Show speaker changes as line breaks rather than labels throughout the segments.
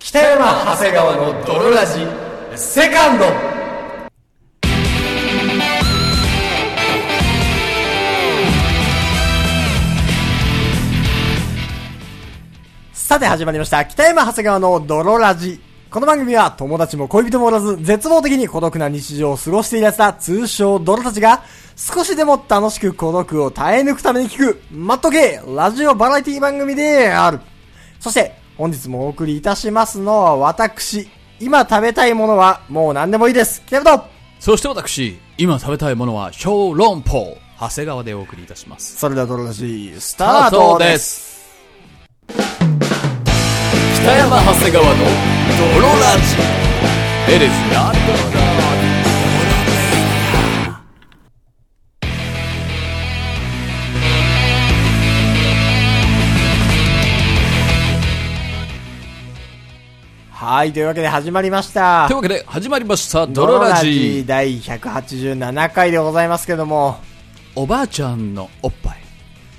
北山長谷川の泥ラジセカンドさて始まりました北山長谷川の泥ラジこの番組は友達も恋人もおらず絶望的に孤独な日常を過ごしていらした通称泥たちが少しでも楽しく孤独を耐え抜くために聞くマット系ラジオバラエティ番組であるそして、本日もお送りいたしますのは、私。今食べたいものは、もう何でもいいです。キャプト
そして私、今食べたいものは小籠包。長谷川でお送りいたします。
それでは、ドロラジー、スタートです。
す。北山長谷川の泥ラジ。エレスな
はい、というわけで始まりました
という。わけで始まりました、泥ラ
ドロ
ジ。
第187回でございますけども。
おばあちゃんのおっぱい。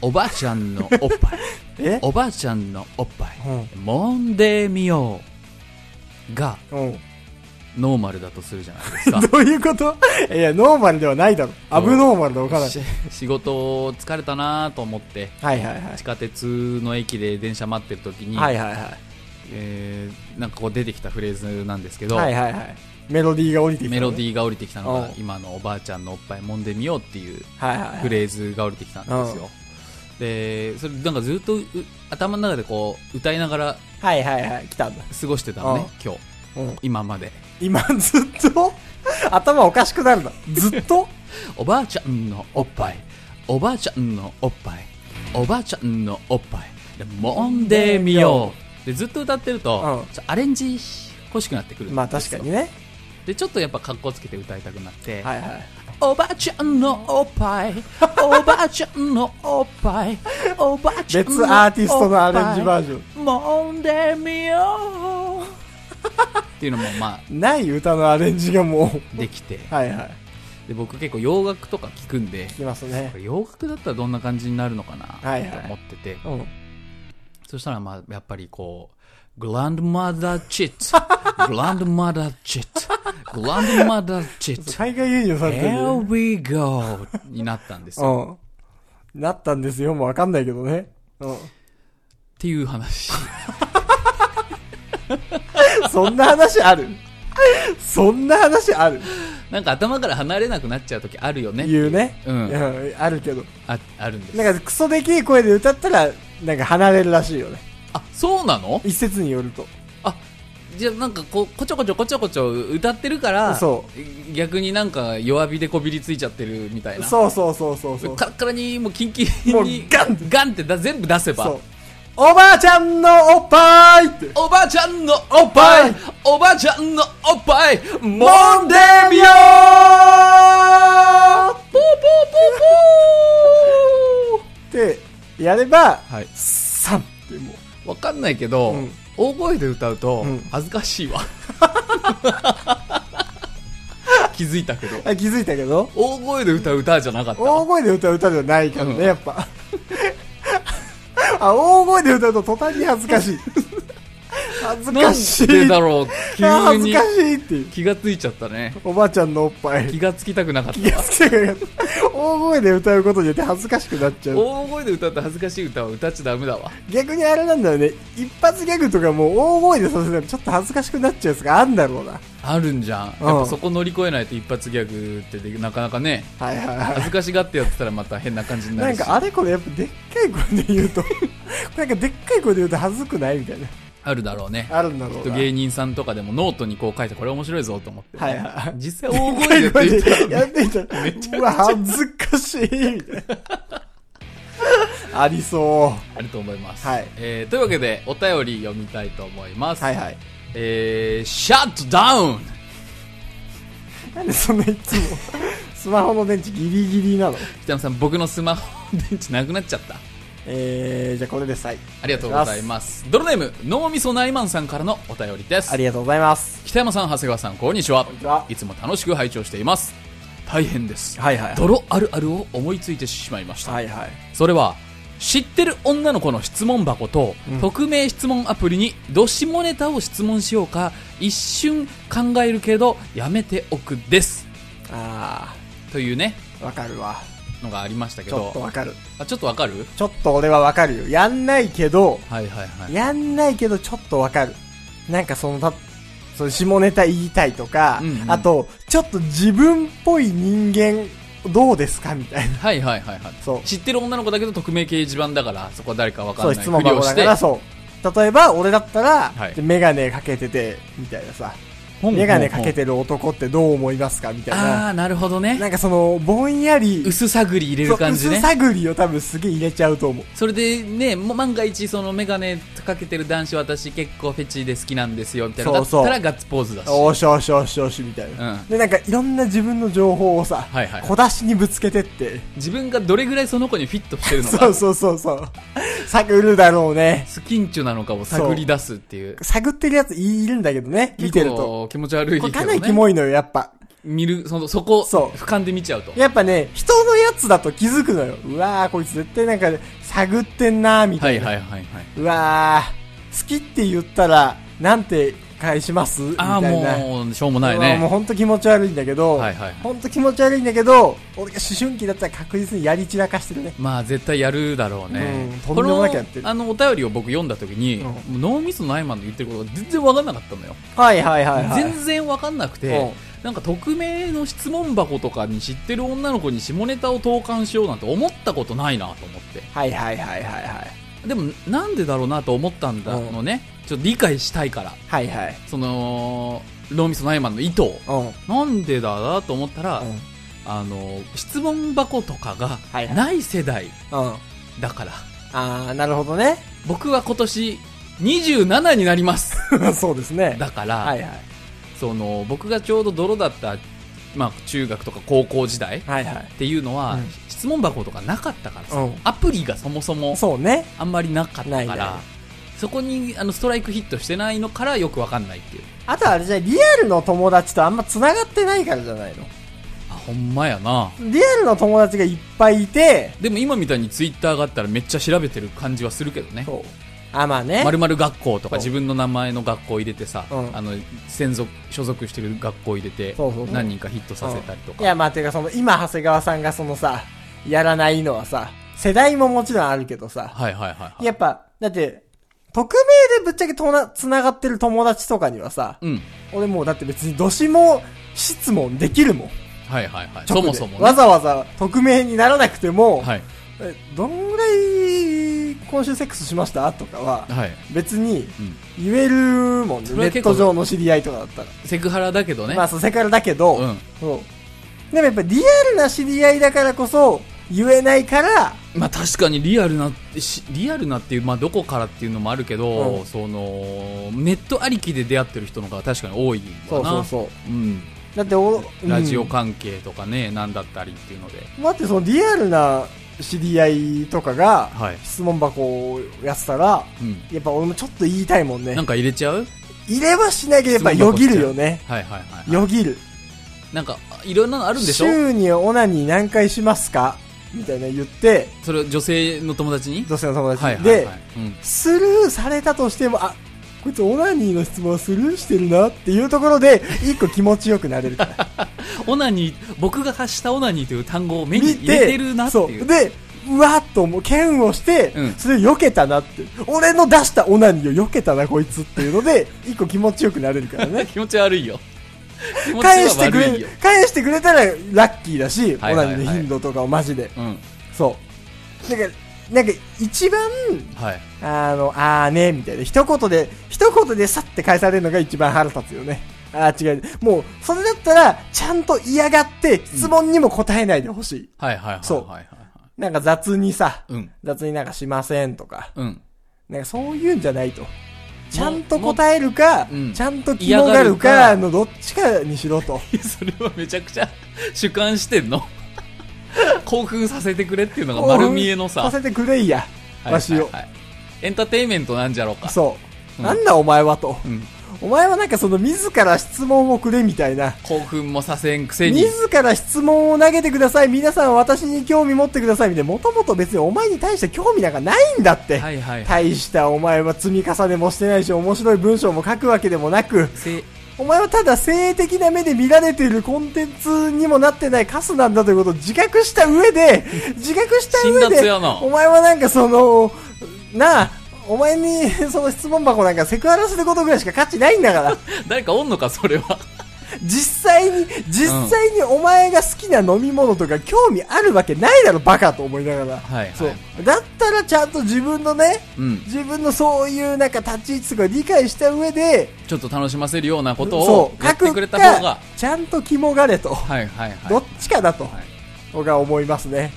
おばあちゃんのおっぱい。
え
おばあちゃんのおっぱい。揉んでみよう。が、
うん。
ノーマルだとするじゃないで すか。
どういうこといや、ノーマルではないだろ。アブノーマルでわからない。
し仕事疲れたなと思って
はいはいはい
地。下鉄の駅で電車待ってる時に、
はいはいは
えーなんかこう出てきたフレーズなんですけ
い。
ど、
はいはいはい。メロディーが降りてきた、
メロディーが降りてきたの
おう
が今のおばあちゃんのおっぱい揉んでみようっていう
ー。はいはい、はい。
フレーズが降りてきたんですよでそれなんかずっとう頭の中でこう歌いながら
はいはいはい。来たんだ。
過ごしてたのね今日
うん。
今まで
今ずっと 頭おかしくなるな。ずっと
おばあちゃんのおっぱいおばあちゃんのおっぱいおばあちゃんのおっぱいで揉んでみようでずっと歌ってると、
うん
ちょアレンジ欲しくなってくるんですよ
まあ確かにね。
でちょっとやっぱ格好つけて歌いたくなって、
はいはい。
おばあちゃんのおっ ぱいおばあちゃんのおっぱいおばあちゃんのおっぱ
別
い
アーティストのアレンジバージョン。
揉んでみ ようっていうのもまあ
ない歌のアレンジがもう。
できて
はいはい。
で僕結構洋楽とか聞くんで
きますね
こ。れ洋楽だったらどんな感じになるのかな
はいはい
と思ってて、
うん。
そしたらまあやっぱりこうグランドマザーチ ットグランドマザーチットグランドマザーチット
海外輸入されてる。
Here we go になったんですよ
うん。なったんですよ。もうわかんないけどね。うん。
っていう 話
そんな話あるそんな話ある
なんか頭から離れなくなっちゃう時あるよねってい
言うね。
うん
いやあるけど。
ああるんです
なんかクソでけえ声で歌ったら、なんか離れるらしいよね。
あそうなの
一説によると。
あじゃあなんかここちょこちょこちょこちょ歌ってるから
そ
逆になんか弱火でこびりついちゃってるみたいな
そうそうそうそうそう。
カラッカラにもうキンキ
も
ン
う
に
ガン
ガンってだ全部出せば
そう。おばあちゃんのおっぱいって、
おばあちゃんのおっぱ
はい
いおばあちゃんのおっぱいもう
揉んでみよう
ポーポーポーポ
って、やれば、
ーはい
さんっても
わかんないけど、
うん
大声で歌うと
うん
恥ずかしいわ 気づいたけど
う。あ、気づいたけど
大声で歌う歌じゃなかったわ
大声で歌う歌ではないからね、
うん
やっぱ。 あ、大声で歌うと途端に恥ずかしい。恥ず
な
か
ん
しい。
でだろう
あ
急
恥ず
に
かしいっていう。
気がついちゃったね
おばあちゃんのおっぱい
気。がつきたくなかっ
気
た
がつけなかった大声で歌うことによって恥ずかしくなっちゃう。
大声で歌って恥ずかしい歌は歌っちゃダメだわ
逆にあれなんだよね一発ギャグとかもう大声でさせたらちょっと恥ずかしくなっちゃうやつがあんだろうな
あるんじゃんやっ
うん
ぱそこ乗り越えないと一発ギャグってでなかなかね
はいはいは
恥ずかしがってやってたらまた変な感じ
い
にな
な
る
ん
し
かあれこれやっぱでっかい声で言うと なんかでっかい声で言うと恥ずくないみたいな
あるだろうね
あるんだろう
き
な
っと芸人さんとかでもノートにこう書いてこれ面白いぞと思って、
はいはい
実際大声で
でっかい
言っ て
声でやってみたらうわ恥ずかしいみたいなありそう
あると思います、
はい
えーというわけでお便り読みたいと思います、
はいはい
えー、シャットダウン
なんでそんないつもスマホの電池ギリギリなの
北野さん僕のスマホの電池なくなっちゃった
えー、じゃあこれで最
ありがとうございますドロネーム脳みそナイマンさんからのお便りです
ありがとうございます
北山さん長谷川さんこんにちは
にちはい
つも楽しく拝聴しています大変です
はいはい
泥あるあるを思いついてしまいました、
はいはい
それは知ってる女の子の質問箱と、
うん
匿名質問アプリにどしもネタを質問しようか一瞬考えるけどやめておくです
あ
というね
あ、わかるわ。
のがありましたけ
ちょっと
ど
わかる。
あちょっとわかる
ちょっと俺はわかるよ。やんないけど、
はいはいはい
やんないけどちょっとわかる。なんかその、た、その下ネタ言いたいとか、
うんうん
あと、ちょっと自分っぽい人間、どうですかみたい な。
はいはいはいはい
そう
知ってる女の子だけど匿名掲示板だからそこは誰かわか
そ
んな
う、
い
質問
ふり
箱
を
だか
して
ら、そう。例えば、俺だったら、
はい
でメガネかけてて、みたいなさ、
ほんほんほん
メガネかけてる男ってどう思いますかみたい
あ
な。
あなるほど
な
ね
んかその、ぼんやり、
薄探り入れ
そう
る感じね
薄探りを多分すげえ入れちゃうと思う。
それでね、も万が一そのメガネかけてる男子私結構フェチで好きなんですよみたいなのだ
そうそう
ったらガッツポーズだし。
おーしよしよしよしみたいな、
うん
でなんかいろんな自分の情報をさ、
はいはい
小出しにぶつけてって
自分がどれぐらいその子にフィットしてるの
そ
か
う、そうそうそう探るだろうね
スキンチュなのかを探り出すっていう。
探ってるやついるんだけどね見てる
結
と
構気持ち悪い
こ
け
れ
ど
かなりキ
ね。
モいのよやっぱ
見る、その、そこ、
そう
俯瞰で見ちゃうと。
やっぱね人のやつだと気づくのようわーこいつ絶対なんか探ってんなーみた
はいい
な、
はいはいはい。
うわー好きって言ったらなんて返しますみ
あ
た
あ、
いな
もう、しょうもないう
わもう
ね。
本当気持ち悪いんだけど、
はいはいはい
本当気持ち悪いんだけど、俺が思春期だったら確実にやり散らかしてるね。
まあ絶対やるだろうね
うん。と
こ
んでもなくやってる
の、あの、お便りを僕読んだ時に、
うん
もう脳みそのアイマンの言ってることが全然わかんなかったのよ。
はいはいはいはい。
全然わかんなくて、なんか匿名の質問箱とかに知ってる女の子に下ネタを投函しようなんて思ったことないなと思って
はいはいはいはいはい。
でもなんでだろうなと思ったんだ
うん
のね、ちょっと理解したいから
はいはい。
その脳みそのイマンの意図を
うん。
なんでだなと思ったら、
うん
あの質問箱とかが
はいはい
ない世代
うん。
だから、
あー、なるほどね。
僕は今年27になります
そうですね。
だから、
はいはい。
その僕がちょうど泥だった、まあ、中学とか高校時代、
はいはい
っ。ていうのは、
うん
質問箱とかなかったからさ、
うん
アプリがそもそも
そうね。
あんまりなかった
な
か
いない
らそこにあのストライクヒットしてないのからよくわかんないっていう
あとはあれじゃないリアルの友達とあんま繋がってないからじゃないの。
あほんまやな
リアルの友達がいっぱいいて、
でも今みたいにツイッターがあったらめっちゃ調べてる感じはするけどね
そう。あ、まあね。
まるまる学校と
そ
か
う
自分の名前の学校入れてさ、
うん
あの専属所属してる学校入れて
そうそうそう
何人かヒットさせたりと
い
か、
や、まあ、てか、その、今、長谷川さんがそのさ、やらないのはさ、世代ももちろんあるけどさ、
はいはいはいはい
やっぱ、だって、匿名でぶっちゃけとな、繋がってる友達とかにはさ、
うん
俺もうだって別にどしも質問できるもん。
はいはいはいそ
直で
もそもね
わざわざ匿名にならなくても、
はい
えどんぐらい今週セックスしましたとかは、
はい、
別に
うん、
言えるもんね。
それ
ネ
は
ッ
結
ト
構
上の知り合いとかだったら。
セクハラだけどね、
まあ、そう、セカラだけど、
うん
そう。でもやっぱリアルな知り合いだからこそ、言えないから、
まあ確かにリアルなしリアルなっていう、まあ、どこからっていうのもあるけど、
うん
そのネットありきで出会ってる人の方が確かに多い
そ
わ
うそ
な
うそう。
うん、
だってお、うん
ラジオ関係とかね、なんだったりっていうので、
だってそのリアルな知り合いとかが、
はい
質問箱をやってたら、
うん、
やっぱ俺もちょっと言いたいもんね
なん。か入れちゃう
入れはしないけどやっぱよぎるよね。
はいはいはい、
よぎる。
なんかいろんなのあるんでしょ
週にオナニー何回しますかみたいな言って、
それを女性の友達に
女性の友達に。
はいはい
で
はい、、うん、
スルーされたとしても、あ、こいつオナニーの質問をスルーしてるなっていうところで、一個気持ちよくなれるから。
オナニー僕が発したオナニーという単語を 目に
見
入れてるなっていう
で、うわっと思う、剣をして
うん、。
それを避けたなって、俺の出したオナニーを避けたなこいつっていうので、一個気持ちよくなれるからね
気持ち悪いよ気持ちは
返してく
悪
れ
いよ、、
返してくれたらラッキーだし、オ
はいはいはい
ナニーの頻度とかをマジで。
うん
そう。なんか、なんか一番、
はい、
あの、あーね、みたいな。一言で、一言でさって返されるのが一番腹立つよね。あー違う。もう、それだったら、ちゃんと嫌がって、質問にも答えないでほしい。
はいはいはい
そう
はいはいはい
なんか雑にさ、
うん
雑になんかしませんとか、
うん
なんかそういうんじゃないと。ちゃんと答えるか、
うん
ちゃんと気もがるか
嫌がるか
のどっちかにしろと。
いや それはめちゃくちゃ 主観してんの 興奮させてくれっていうのが丸見えのさ
させてくれいや、
はい
わしを。
はいはいエンターテインメントなんじゃろうか
そう。
うん
なんだお前はと。
うん
お前はなんかその自ら質問をくれみたいな。
興奮もさせんくせに。
自ら質問を投げてください。皆さん私に興味持ってください。みたいな。もともと別にお前に対して興味なんかないんだって。
はいはいはい。
大したお前は積み重ねもしてないし、面白い文章も書くわけでもなく、
せ
お前はただ性的な目で見られているコンテンツにもなってないカスなんだということを自覚した上 で、自覚した上
辛辣
で、
やな
お前はなんかその、 なあ、お前にその質問箱なんかセクハラすることぐらいしか価値ないんだ から、
誰かおんのか、そ れは。
実際に、実際にお前が好きな飲み物とか興味あるわけないだろバカと思いながら。
はいはい。
そう。だったらちゃんと自分のね、
うん。
自分のそういうなんか立ち位置とか理解した上で、
ちょっと楽しませるようなこと
そ
を
う
やってくれた
書
方
く
が
か。ちゃんと肝がれと、
はいはいはい。
どっちかだと、
はい
僕は思いますね。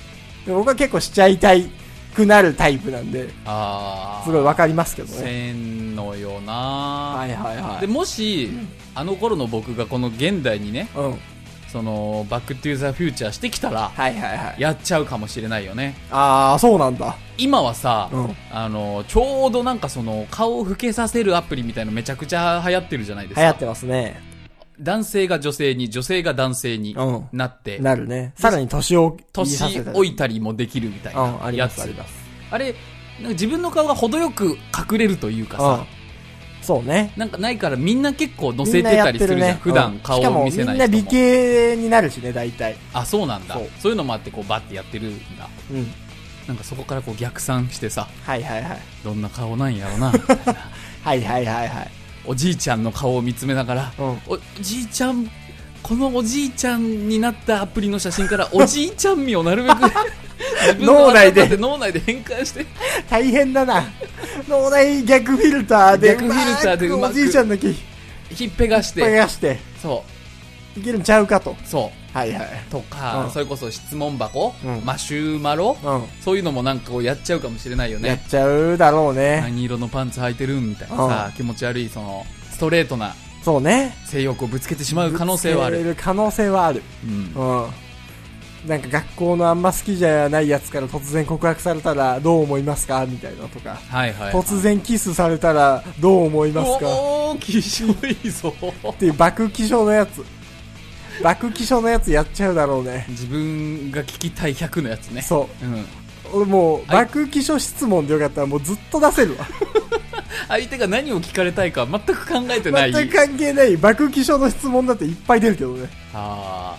で僕は結構しちゃいたいくなるタイプなんで、
ああ。
すごいわかりますけどね。
せんのよな
はいはいはい
でもし、あの頃の僕がこの現代にね
うん。はい
そのバック・トゥ・ザ・フューチャーしてきたら
はいはい。
やっちゃうかもしれないよね
ああ、そうなんだ。
今はさ、
うん
あのちょうどなんかその顔を老けさせるアプリみたいのめちゃくちゃ流行ってるじゃないです
流行
か
ってますね。
男性が女性に女性が男性に
うん
なって、
なるね。さらに年を言いさせ
年
たり
老いたりもできるみたい
うん、あ
な
り
や
ます
つ
あります。
あれなんか自分の顔が程よく隠れるというかさ、
うん。そうね。
なんかないからみんな結構載せてたりするじゃん。普段顔を見せない
しかもみんな
人も。
美形になるしね、大体。
あ、そうなんだ
そう。
そういうのもあってこうバッてやってるんだ。
うん。
なんかそこからこう逆算してさ、
はいはいはい。
どんな顔なんやろ な、みたいな。
はいはいはいはい。
おじいちゃんの顔を見つめながら、
うん
おじいちゃん、このおじいちゃんになったアプリの写真 からおじいちゃん味をなるべく自分の
脳内で
頭脳内で変換して、
大変だな。脳内逆フィルターで、
逆フィルターでうまく
おじいちゃんの気引っ
ひっぺがして、
張り出して、
そ
いけるんちゃうかと。
う、そ
はいはい。
う、とか、
うん
それこそ質問箱、
うん
マシュマロ、
うん。
そういうのもなんかこうやっちゃうかもしれないよね。
やっちゃうだろうね。
何色のパンツ履いてるみたいなさ、気持ち悪いそのストレートな
そうね。
性欲をぶつけてしまう可能性はあ
ぶつ
る、
ける可能性はある。
うん、
うん。なんか学校のあんま好きじゃないやつから突然告白されたらどう思いますかみたいなとか。
はいはい
突然キスされたらどう思いますか
おお気性いいぞ
っていう爆気象のやつ。爆気象のやつやっちゃうだろうね。
自分が聞きたい100のやつね、
そう
ん、
う。俺もう、
はい
爆気象質問でよかったらもうずっと出せ るわ。
相手が何を聞かれたいか全く考えてない
全く関係ない爆気象の質問だっていっぱい出るけどね。
あ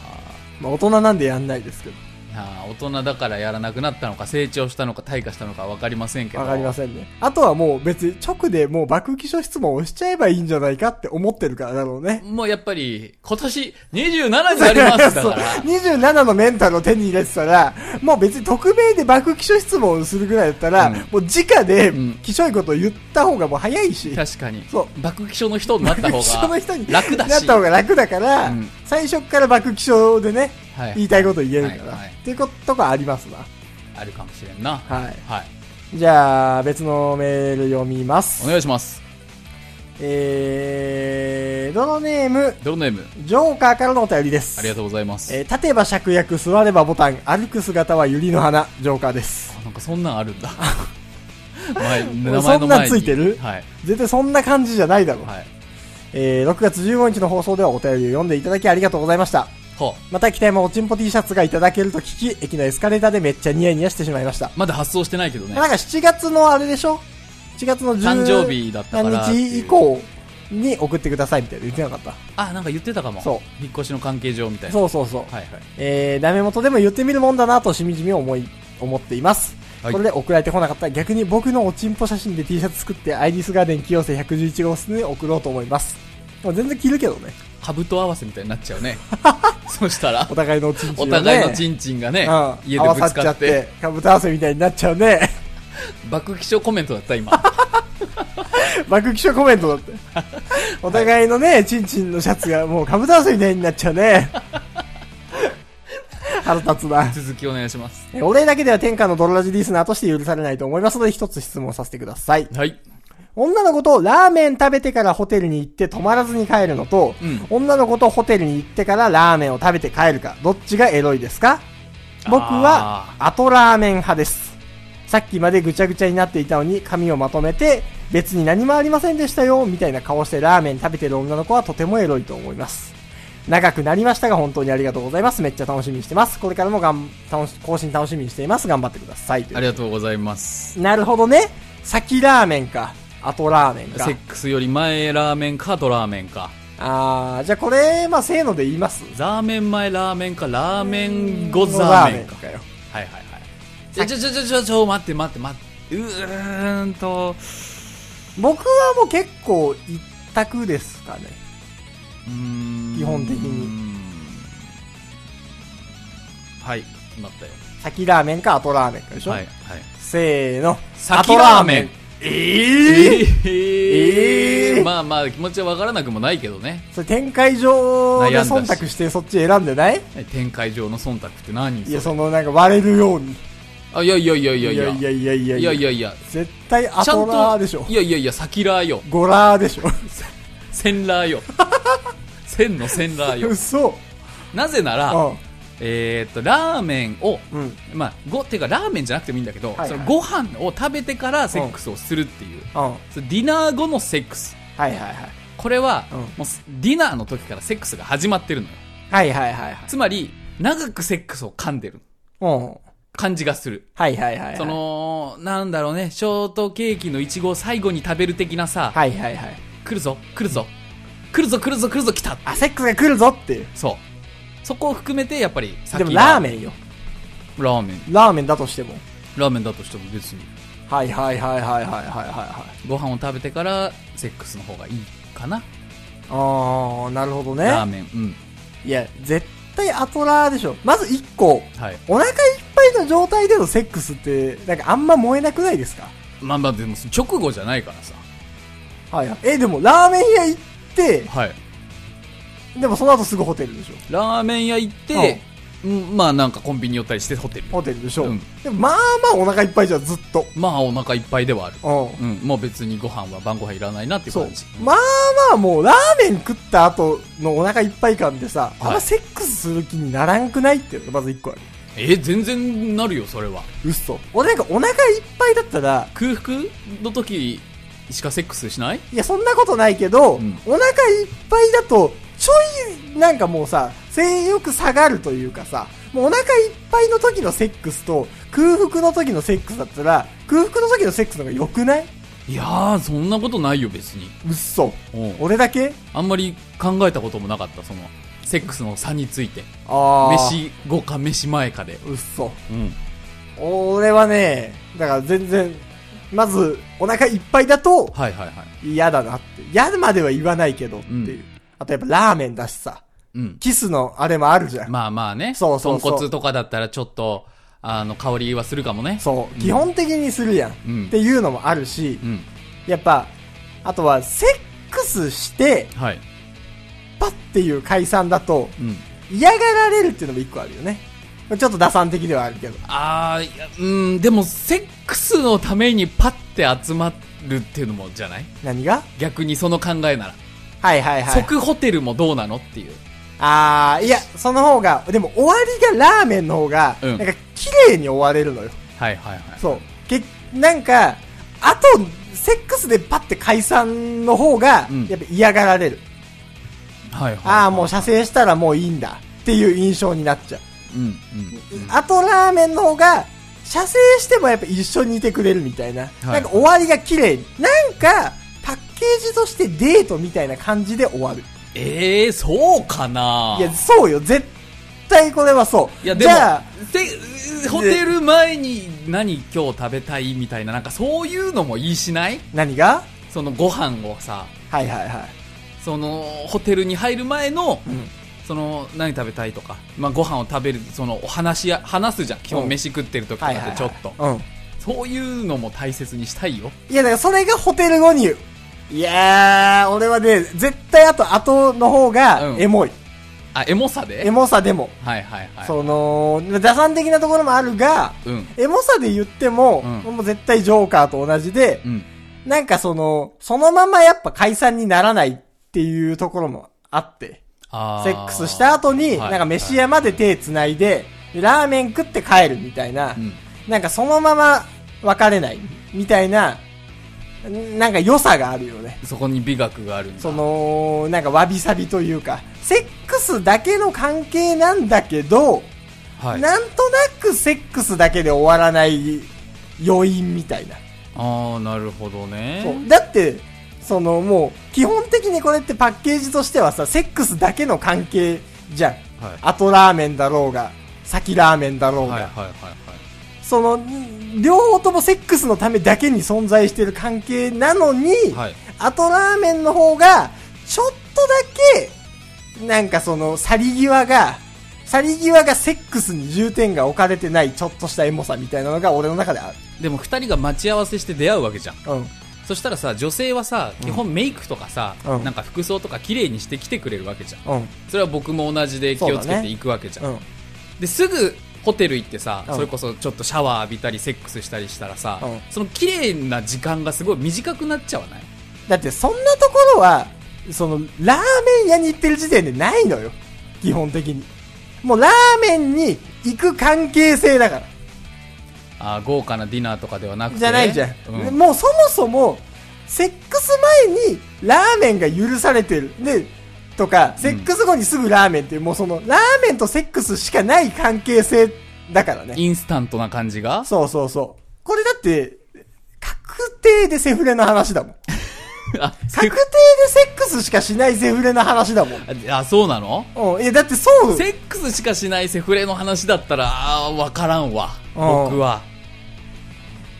まあ大人なんでやんないですけど。
ーあー大人だからやらなくなったのか成長したのか退化したのか分かりませんけど
わかりませんね。あとはもう別に直でもう爆気象質問を押しちゃえばいいんじゃないかって思ってるからだろうね。
もうやっぱり今年27になりますだ
そう
から
27のメンタルを手に入れてたら、もう別に匿名で爆気象質問をするぐらいだったら、
うん
もう直で
うん、
気象いことを言った方がもう早いし。
確かに
そ
爆気象の人になった方
爆気象の
が
人に
楽だし
なった方が楽だから、
うん
最初から爆気象でね、
はい
言いたいこと言えるから、
はいはい
っていうことがありますな。
あるかもしれんな
はい。
はい
じゃあ、別のメール読みます。
お願いします
えー、ドロネーム、
ドロネーム
ジョーカーからのお便りです。
ありがとうございます、
えー、立てば芍薬、座ればボタン、歩く姿は百合の花、ジョーカーです。
あなんかそんなんあるん だ前名
そ
前の前に
んなんついてる
はい、
絶対そんな感じじゃないだろう。
はい、
えー、6月15日の放送ではお便りを読んでいただきありがとうございました。
ほ
また北山おちんぽ T シャツがいただけると聞き、駅のエスカレーターでめっちゃニヤニヤしてしまいました。
うまだ発送してないけどね
なんか7月のあれでしょ ?7 月の10
誕生日だったからっていう
何日以降に送ってくださいみたいな言ってなかった。
あなんか言ってたかも
そ
引っ越しの関係上みたいな
そうそうそう。
はいはい
えー、ダメ元でも言ってみるもんだなとしみじみ思い、思っています。
はい
これで送られてこなかったら逆に僕のおちんぽ写真で T シャツ作ってアイリスガーデン清瀬111号室に送ろうと思います。まあ全然着るけどね。
株と合わせみたいになっちゃ うねそしたら
お互いのおちんちん
お
をね。
互いのチンチンがね、
うん、
家
合
で
わ
ぶ
さ
つ
っち
か
ゃっ
って
て、かぶと合わせみたいになっちゃうね。
爆気象コメントだった今
爆気象コメントだ って。お互いのね、チンチンのシャツがもうカブダンスみたいになっちゃう ね。腹立つな。
続きお願いします
えお礼だけでは天下のドロラジリスナーとして許されないと思いますので一つ質問させてください。
はい
女の子とラーメン食べてからホテルに行って泊まらずに帰るのと、
うん
女の子とホテルに行ってからラーメンを食べて帰るか、どっちがエロいですか僕は後ラーメン派です。さっきまでぐちゃぐちゃになっていたのに髪をまとめて、別に何もありませんでしたよ、みたいな顔してラーメン食べてる女の子はとてもエロいと思います。長くなりましたが本当にありがとうございます。めっちゃ楽しみにしてます。これからもがん楽し更新楽しみにしています。頑張ってください。
ありがとうございます
なるほどね。先ラーメンか。後ラーメンか
セッ。クスより前ラーメンかとラーメンか
あー、じゃあこれ、まあ、せーので言います。
ラーメン前ラーメンかラーメン後ザ
ラー
ーメ
メ
ン
ン
か
かよ。
はいはいはいちょちょちょちょちょちょ待って待って待ってうーんと
僕はもう結構一択ですかね。
うーん
基本的に
はいなったよ
先ラーメンか後ラーメンかでしょ、
はいはい
せーの。
先ラーメン
後えー、
え
えー
まあまあ気持ちは分からなくもないけどね
それ展開上で忖度してそっち選んでない
展開上の忖度って何
いや、そのなんか割れるように。
あいやいやいやい
い
やいやい
いやいやいやいや
やいやいや
絶対
ちゃ
後
ん
ラー
と
でしょ
い。やいやいや先ラーよ
ゴラーでしょ。
センラー よ千のセンラーよ
嘘。
なぜなら、
う
えーっとラーメンを、
ん。うん。
まあ、ごてかラーメンじゃなくてもいいんだけど、
はいはい
そのご飯を食べてからセックスをするっていう、
うん。はい
そのディナー後のセックス
はいはい。
これは、
うん
もうすディナーの時からセックスが始まってるのよ
はいはいはいはい。
つまり長くセックスを噛んでる
うん。はい
感じがする
はいはいはい。
そ、のなんだろうねショートケーキのいちごを最後に食べる的なさ、
はいはいはい。
来るぞ来るぞ来るぞ来るぞ来るぞ来た
あ、セックスが来るぞっていう。
そうそこを含めてやっぱりさっ
で
き
もラーメ
ン
ンよ。
ラーメン
ラーメンだとしても。
ラーメンだとしても別に
はいはいはいはいはいはいはいはい。
ご飯を食べてからセックスの方がいいかな
あー、なるほど
ラー
ね。
メンうん
いや、絶対後ラーでしょ。まず1個。
はい
お腹いっぱいの状態でのセックスって、なんかあんま燃えなくないですか
まあまあでも直後じゃないからさ
はいはい。え、でもラーメン屋行って、
はい
でもその後すぐホテルでしょ。
ラーメン屋行って、うん、まあなんかコンビニ寄ったりしてホテル
ホテルでしょ。
うん
でもまあまあお腹いっぱいじゃんずっと。
まあお腹いっぱいではある
うん。
うんもう別にご飯は晩ご飯いらないなっていう
そう
感じ。
まあまあもうラーメン食った後のお腹いっぱい感でさ、あん
はい
まセックスする気にならんくないっていうのがまず一個ある。
えー全然なるよそれは
嘘。俺なんかお腹いっぱいだったら、
空腹の時しかセックスしない
いやそんなことないけど、
うん
お腹いっぱいだと、ちょいなんかもうさ、性欲下がるというかさ、もうお腹いっぱいの時のセックスと空腹の時のセックスだったら、空腹の時のセックスの方が良くない
いやーそんなことないよ別に
嘘。
うん
俺だけ
あんまり考えたこともなかったそのセックスの差について
あー。
飯後か飯前かで
嘘。
うん
俺はね、だから全然、まず、お腹いっぱいだと、
はいはいはい
嫌だなって。嫌までは言わないけどっていう。
うん
あとやっぱラーメンだしさ、
うん
キスのあれもあるじゃん。
まあまあね
そうそうそう
豚骨とかだったらちょっとあの香りはするかもね
そう、
ん
基本的にするやん。
うん
っていうのもあるし、
うん
やっぱ、あとは、セックスして、
はい
パッっていう解散だと、
うん
嫌がられるっていうのも一個あるよね。ちょっと打算的ではあるけど。
あーいやうんでもセックスのためにパッて集まるっていうのもじゃない
何が
逆にその考えなら、
はいはいはい。
即ホテルもどうなのっていう
あー、いや、その方が、でも終わりがラーメンの方が、
うん
なんか綺麗に終われるのよ。
はいはいはい
そう。け、なんか、あと、セックスでパッて解散の方が
うん、
やっぱ嫌がられる。
はいはい
ああ、もう射精したらもういいんだ。っていう印象になっちゃう。
うんうん
あとラーメンの方が、射精してもやっぱ一緒にいてくれるみたいな。
い
なんか終わりが綺麗に。なんか、パッケージとしてデートみたいな感じで終わる。
ええー、そうかない
や、そうよ。絶対これはそう。
いやでも
じゃあ、
でホテル前に何今日食べたいみたいななんかそういうのもいいしない
何が
そのご飯をさ
はいはいはい。
そのホテルに入る前の
うん。
その何食べたいとか、まあ、ご飯を食べるそのお話しや話すじゃん基
う
本
ん
飯食ってる時とか
は
っ
いはい、は
て
い。
ちょっと、
うん。
そういうのも大切にしたいよ
いや、だからそれがホテル後に、いやー、俺はね、絶対あと後の方
う
が
ん
エモい。
あエモさで
エモさでも。
はいはいはい
その、打算的なところもあるが、
うん
エモさで言っても、
うん
もう絶対ジョーカーと同じで、
うん
なんかその、そのままやっぱ解散にならないっていうところもあって、
あー
セックスした後に、
はい
なんか飯屋まで手繋いで、でラーメン食って帰るみたいな、
うん
なんかそのまま別れないみたいななんか良さがあるよね。
そこに美学があるんだ
その、なんかわびさびというか、セックスだけの関係なんだけど、
はいあ
なんとなくセックスだけで終わらない余韻みたいな。
あなるほどね
そうだって、そのもう、基本的にこれってパッケージとしてはさ、セックスだけの関係じゃん。
はい
あとラーメンだろうが、先ラーメンだろうが。
はいはいはいはい
その、両方ともセックスのためだけに存在している関係なのに、
はい
あとラーメンの方が、ちょっとだけ、なんかその、去り際が、去り際がセックスに重点が置かれてないちょっとしたエモさみたいなのが俺の中である。
でも二人が待ち合わせして出会うわけじゃん
うん。
そしたらさ女性はさ基本メイクとかさ、
うん
なんか服装とか綺麗にしてきてくれるわけじゃん
うん。
それは僕も同じで気を
そう
つけ
だ
て
ね
いくわけじゃん、
うん。
ですぐホテル行ってさ、
うん
それこそちょっとシャワー浴びたりセックスしたりしたらさ、
うん
その綺麗な時間がすごい短くなっちゃわない
だってそんなところは、その、ラーメン屋に行ってる時点でないのよ。基本的に。もうラーメンに行く関係性だから。
あー豪華なディナーとかではなくて
じゃないじゃん、
うん
もうそもそもセックス前にラーメンが許されてるでとかセックス後にすぐラーメンっていう、もうそのラーメンとセックスしかない関係性だからね
インスタントな感じが
そうそうそうこれだって確定でセフレの話だもん
あ
確定でセックスしかしないセフレの話だもん
あそうなの
うんいやだってそう
セックスしかしないセフレの話だったらあーわからんわ
うん
僕は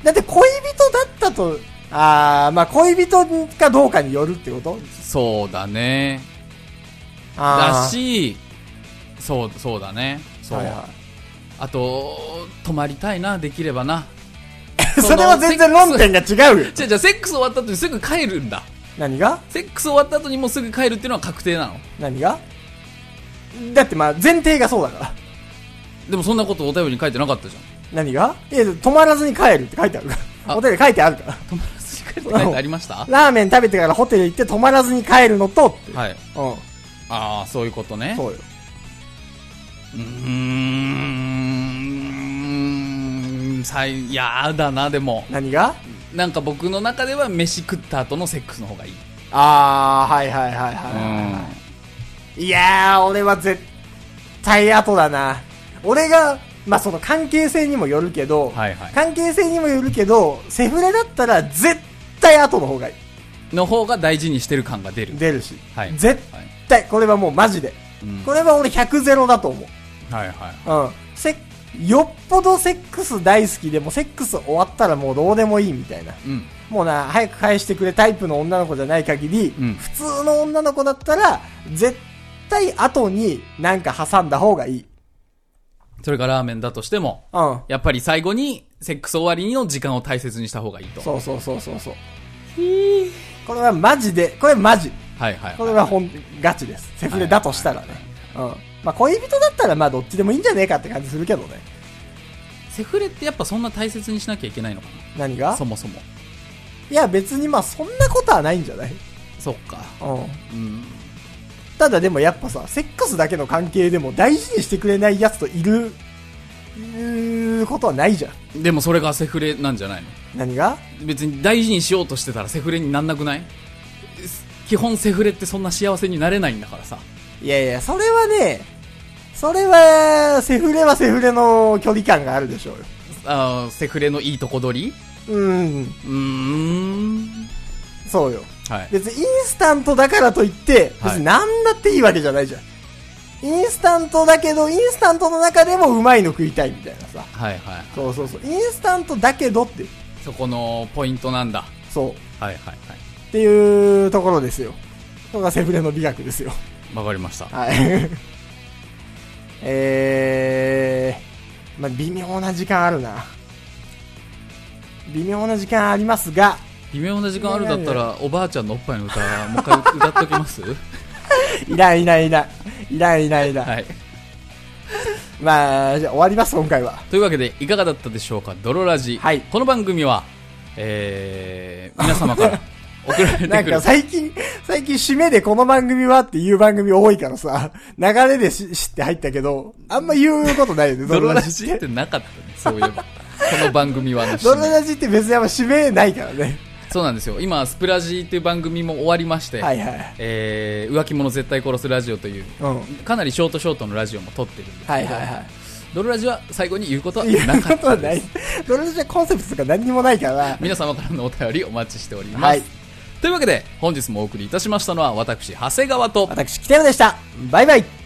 だって恋人だったとああまあ恋人かどうかによるってこと
そうだね
あ
だしそうそうだね
ー
そう、
はいはい
あと泊まりたいなできればな
それは全然論点が違うよ。
じゃじゃセックス終わった後にすぐ帰るんだ
何が
セックス終わった後にもうすぐ帰るっていうのは確定なの
何がだってまあ前提がそうだから。
でもそんなことお便りに書いてなかったじゃん
何がいや、止まらずに帰るって書いてあるか
あ
ら。ホテル書いてあるから。
泊まらずに帰るって書いてありま した
ラーメン食べてからホテル行って止まらずに帰るのとって。
はいああそういうこと
う
ね
ん。そうよ。
うーんさいやだなでも
何が
なんか僕の中では飯食った後のセックスの方がいい、
あー、はいはいはい
うん
は、い。いやー、俺は絶対後だな。俺が、まあその関係性にもよるけど、
はいはい
関係性にもよるけど、セフレだったら絶対後の方がいい。
の方が大事にしてる感が出る
出るし、
はい
絶対これはもうマジで、
うん
これは俺100ゼロだと思う、
はいはい
うん、せよっぽどセックス大好きでもセックス終わったらもうどうでもいいみたいな
うん
もうな早く返してくれタイプの女の子じゃない限り、
うん
普通の女の子だったら絶対後になんか挟んだ方がいい、
それがラーメンだとしても
うん、
やっぱり最後にセックス終わりの時間を大切にした方がいいと
そうそうそうそうそうこれはマジでこれマジ
はいはい、
これはほんガチですセフレだとしたらね、うんまあ、恋人だったらまあどっちでもいいんじゃねえかって感じするけどね
セフレってやっぱそんな大切にしなきゃいけないのか
何
な
が
そもそも
いや別にまあそんなことはないんじゃない、
そっか
うん、
うん
ただでもやっぱさセックスだけの関係でも大事にしてくれないやつといるいうことはないじゃん
でもそれがセフレなんじゃないの
何が
別に大事にしようとしてたらセフレになんなくないす基本セフレってそんな幸せになれないんだからさ
いやいやそれはねそれはセフレはセフレの距離感があるでしょうよ
あーセフレのいいとこ取り
うん
うーん
そうよ
はい
別にインスタントだからといって、
はい
別になんだっていいわけじゃないじゃん。インスタントだけど、インスタントの中でもうまいの食いたいみたいなさ。
はいはい
そうそうそう。インスタントだけどって、
そこのポイントなんだ
そう。っ
はいはいはい
ていうところですよ。これがセフレの美学ですよ。
わかりました
はい。 えー、まあ、微妙な時間あるな。微妙な時間あります が、
微妙な時間あるだったらおばあちゃんのおっぱいの歌もう一回歌っときます
いないいないいない。いないいないいない。
はい
まあ、じゃあ終わります、今回は。
というわけでいかがだったでしょうか「ドロラジ」
はい
この番組は、えー、皆 様から送られ
な
て
ん
くる
か最近、最近締めでこの番組はっていう番組多いからさ、流れでし知って入ったけど、あんま言うことない よね、
ドロラ
っ。
ジって てなかったねそういえばこの番組はあの
ドロラジって別にあんま締めないからね。
そうなんですよ今スプラジーという番組も終わりまして、
はいはい
えー浮気者絶対殺すラジオという
うん
かなりショートショートのラジオも撮ってるんですけど、
はいはいは。
ドロラジは最後に言うことはい
いや、
なか
こ
っ
とは
た
な
で
い
す。
ドロラジはコンセプトとか何にもないからな。
皆様からのお便りお待ちしております、
はい
というわけで本日もお送りいたしましたのは私長谷川と
私、北山でした。バイバイ。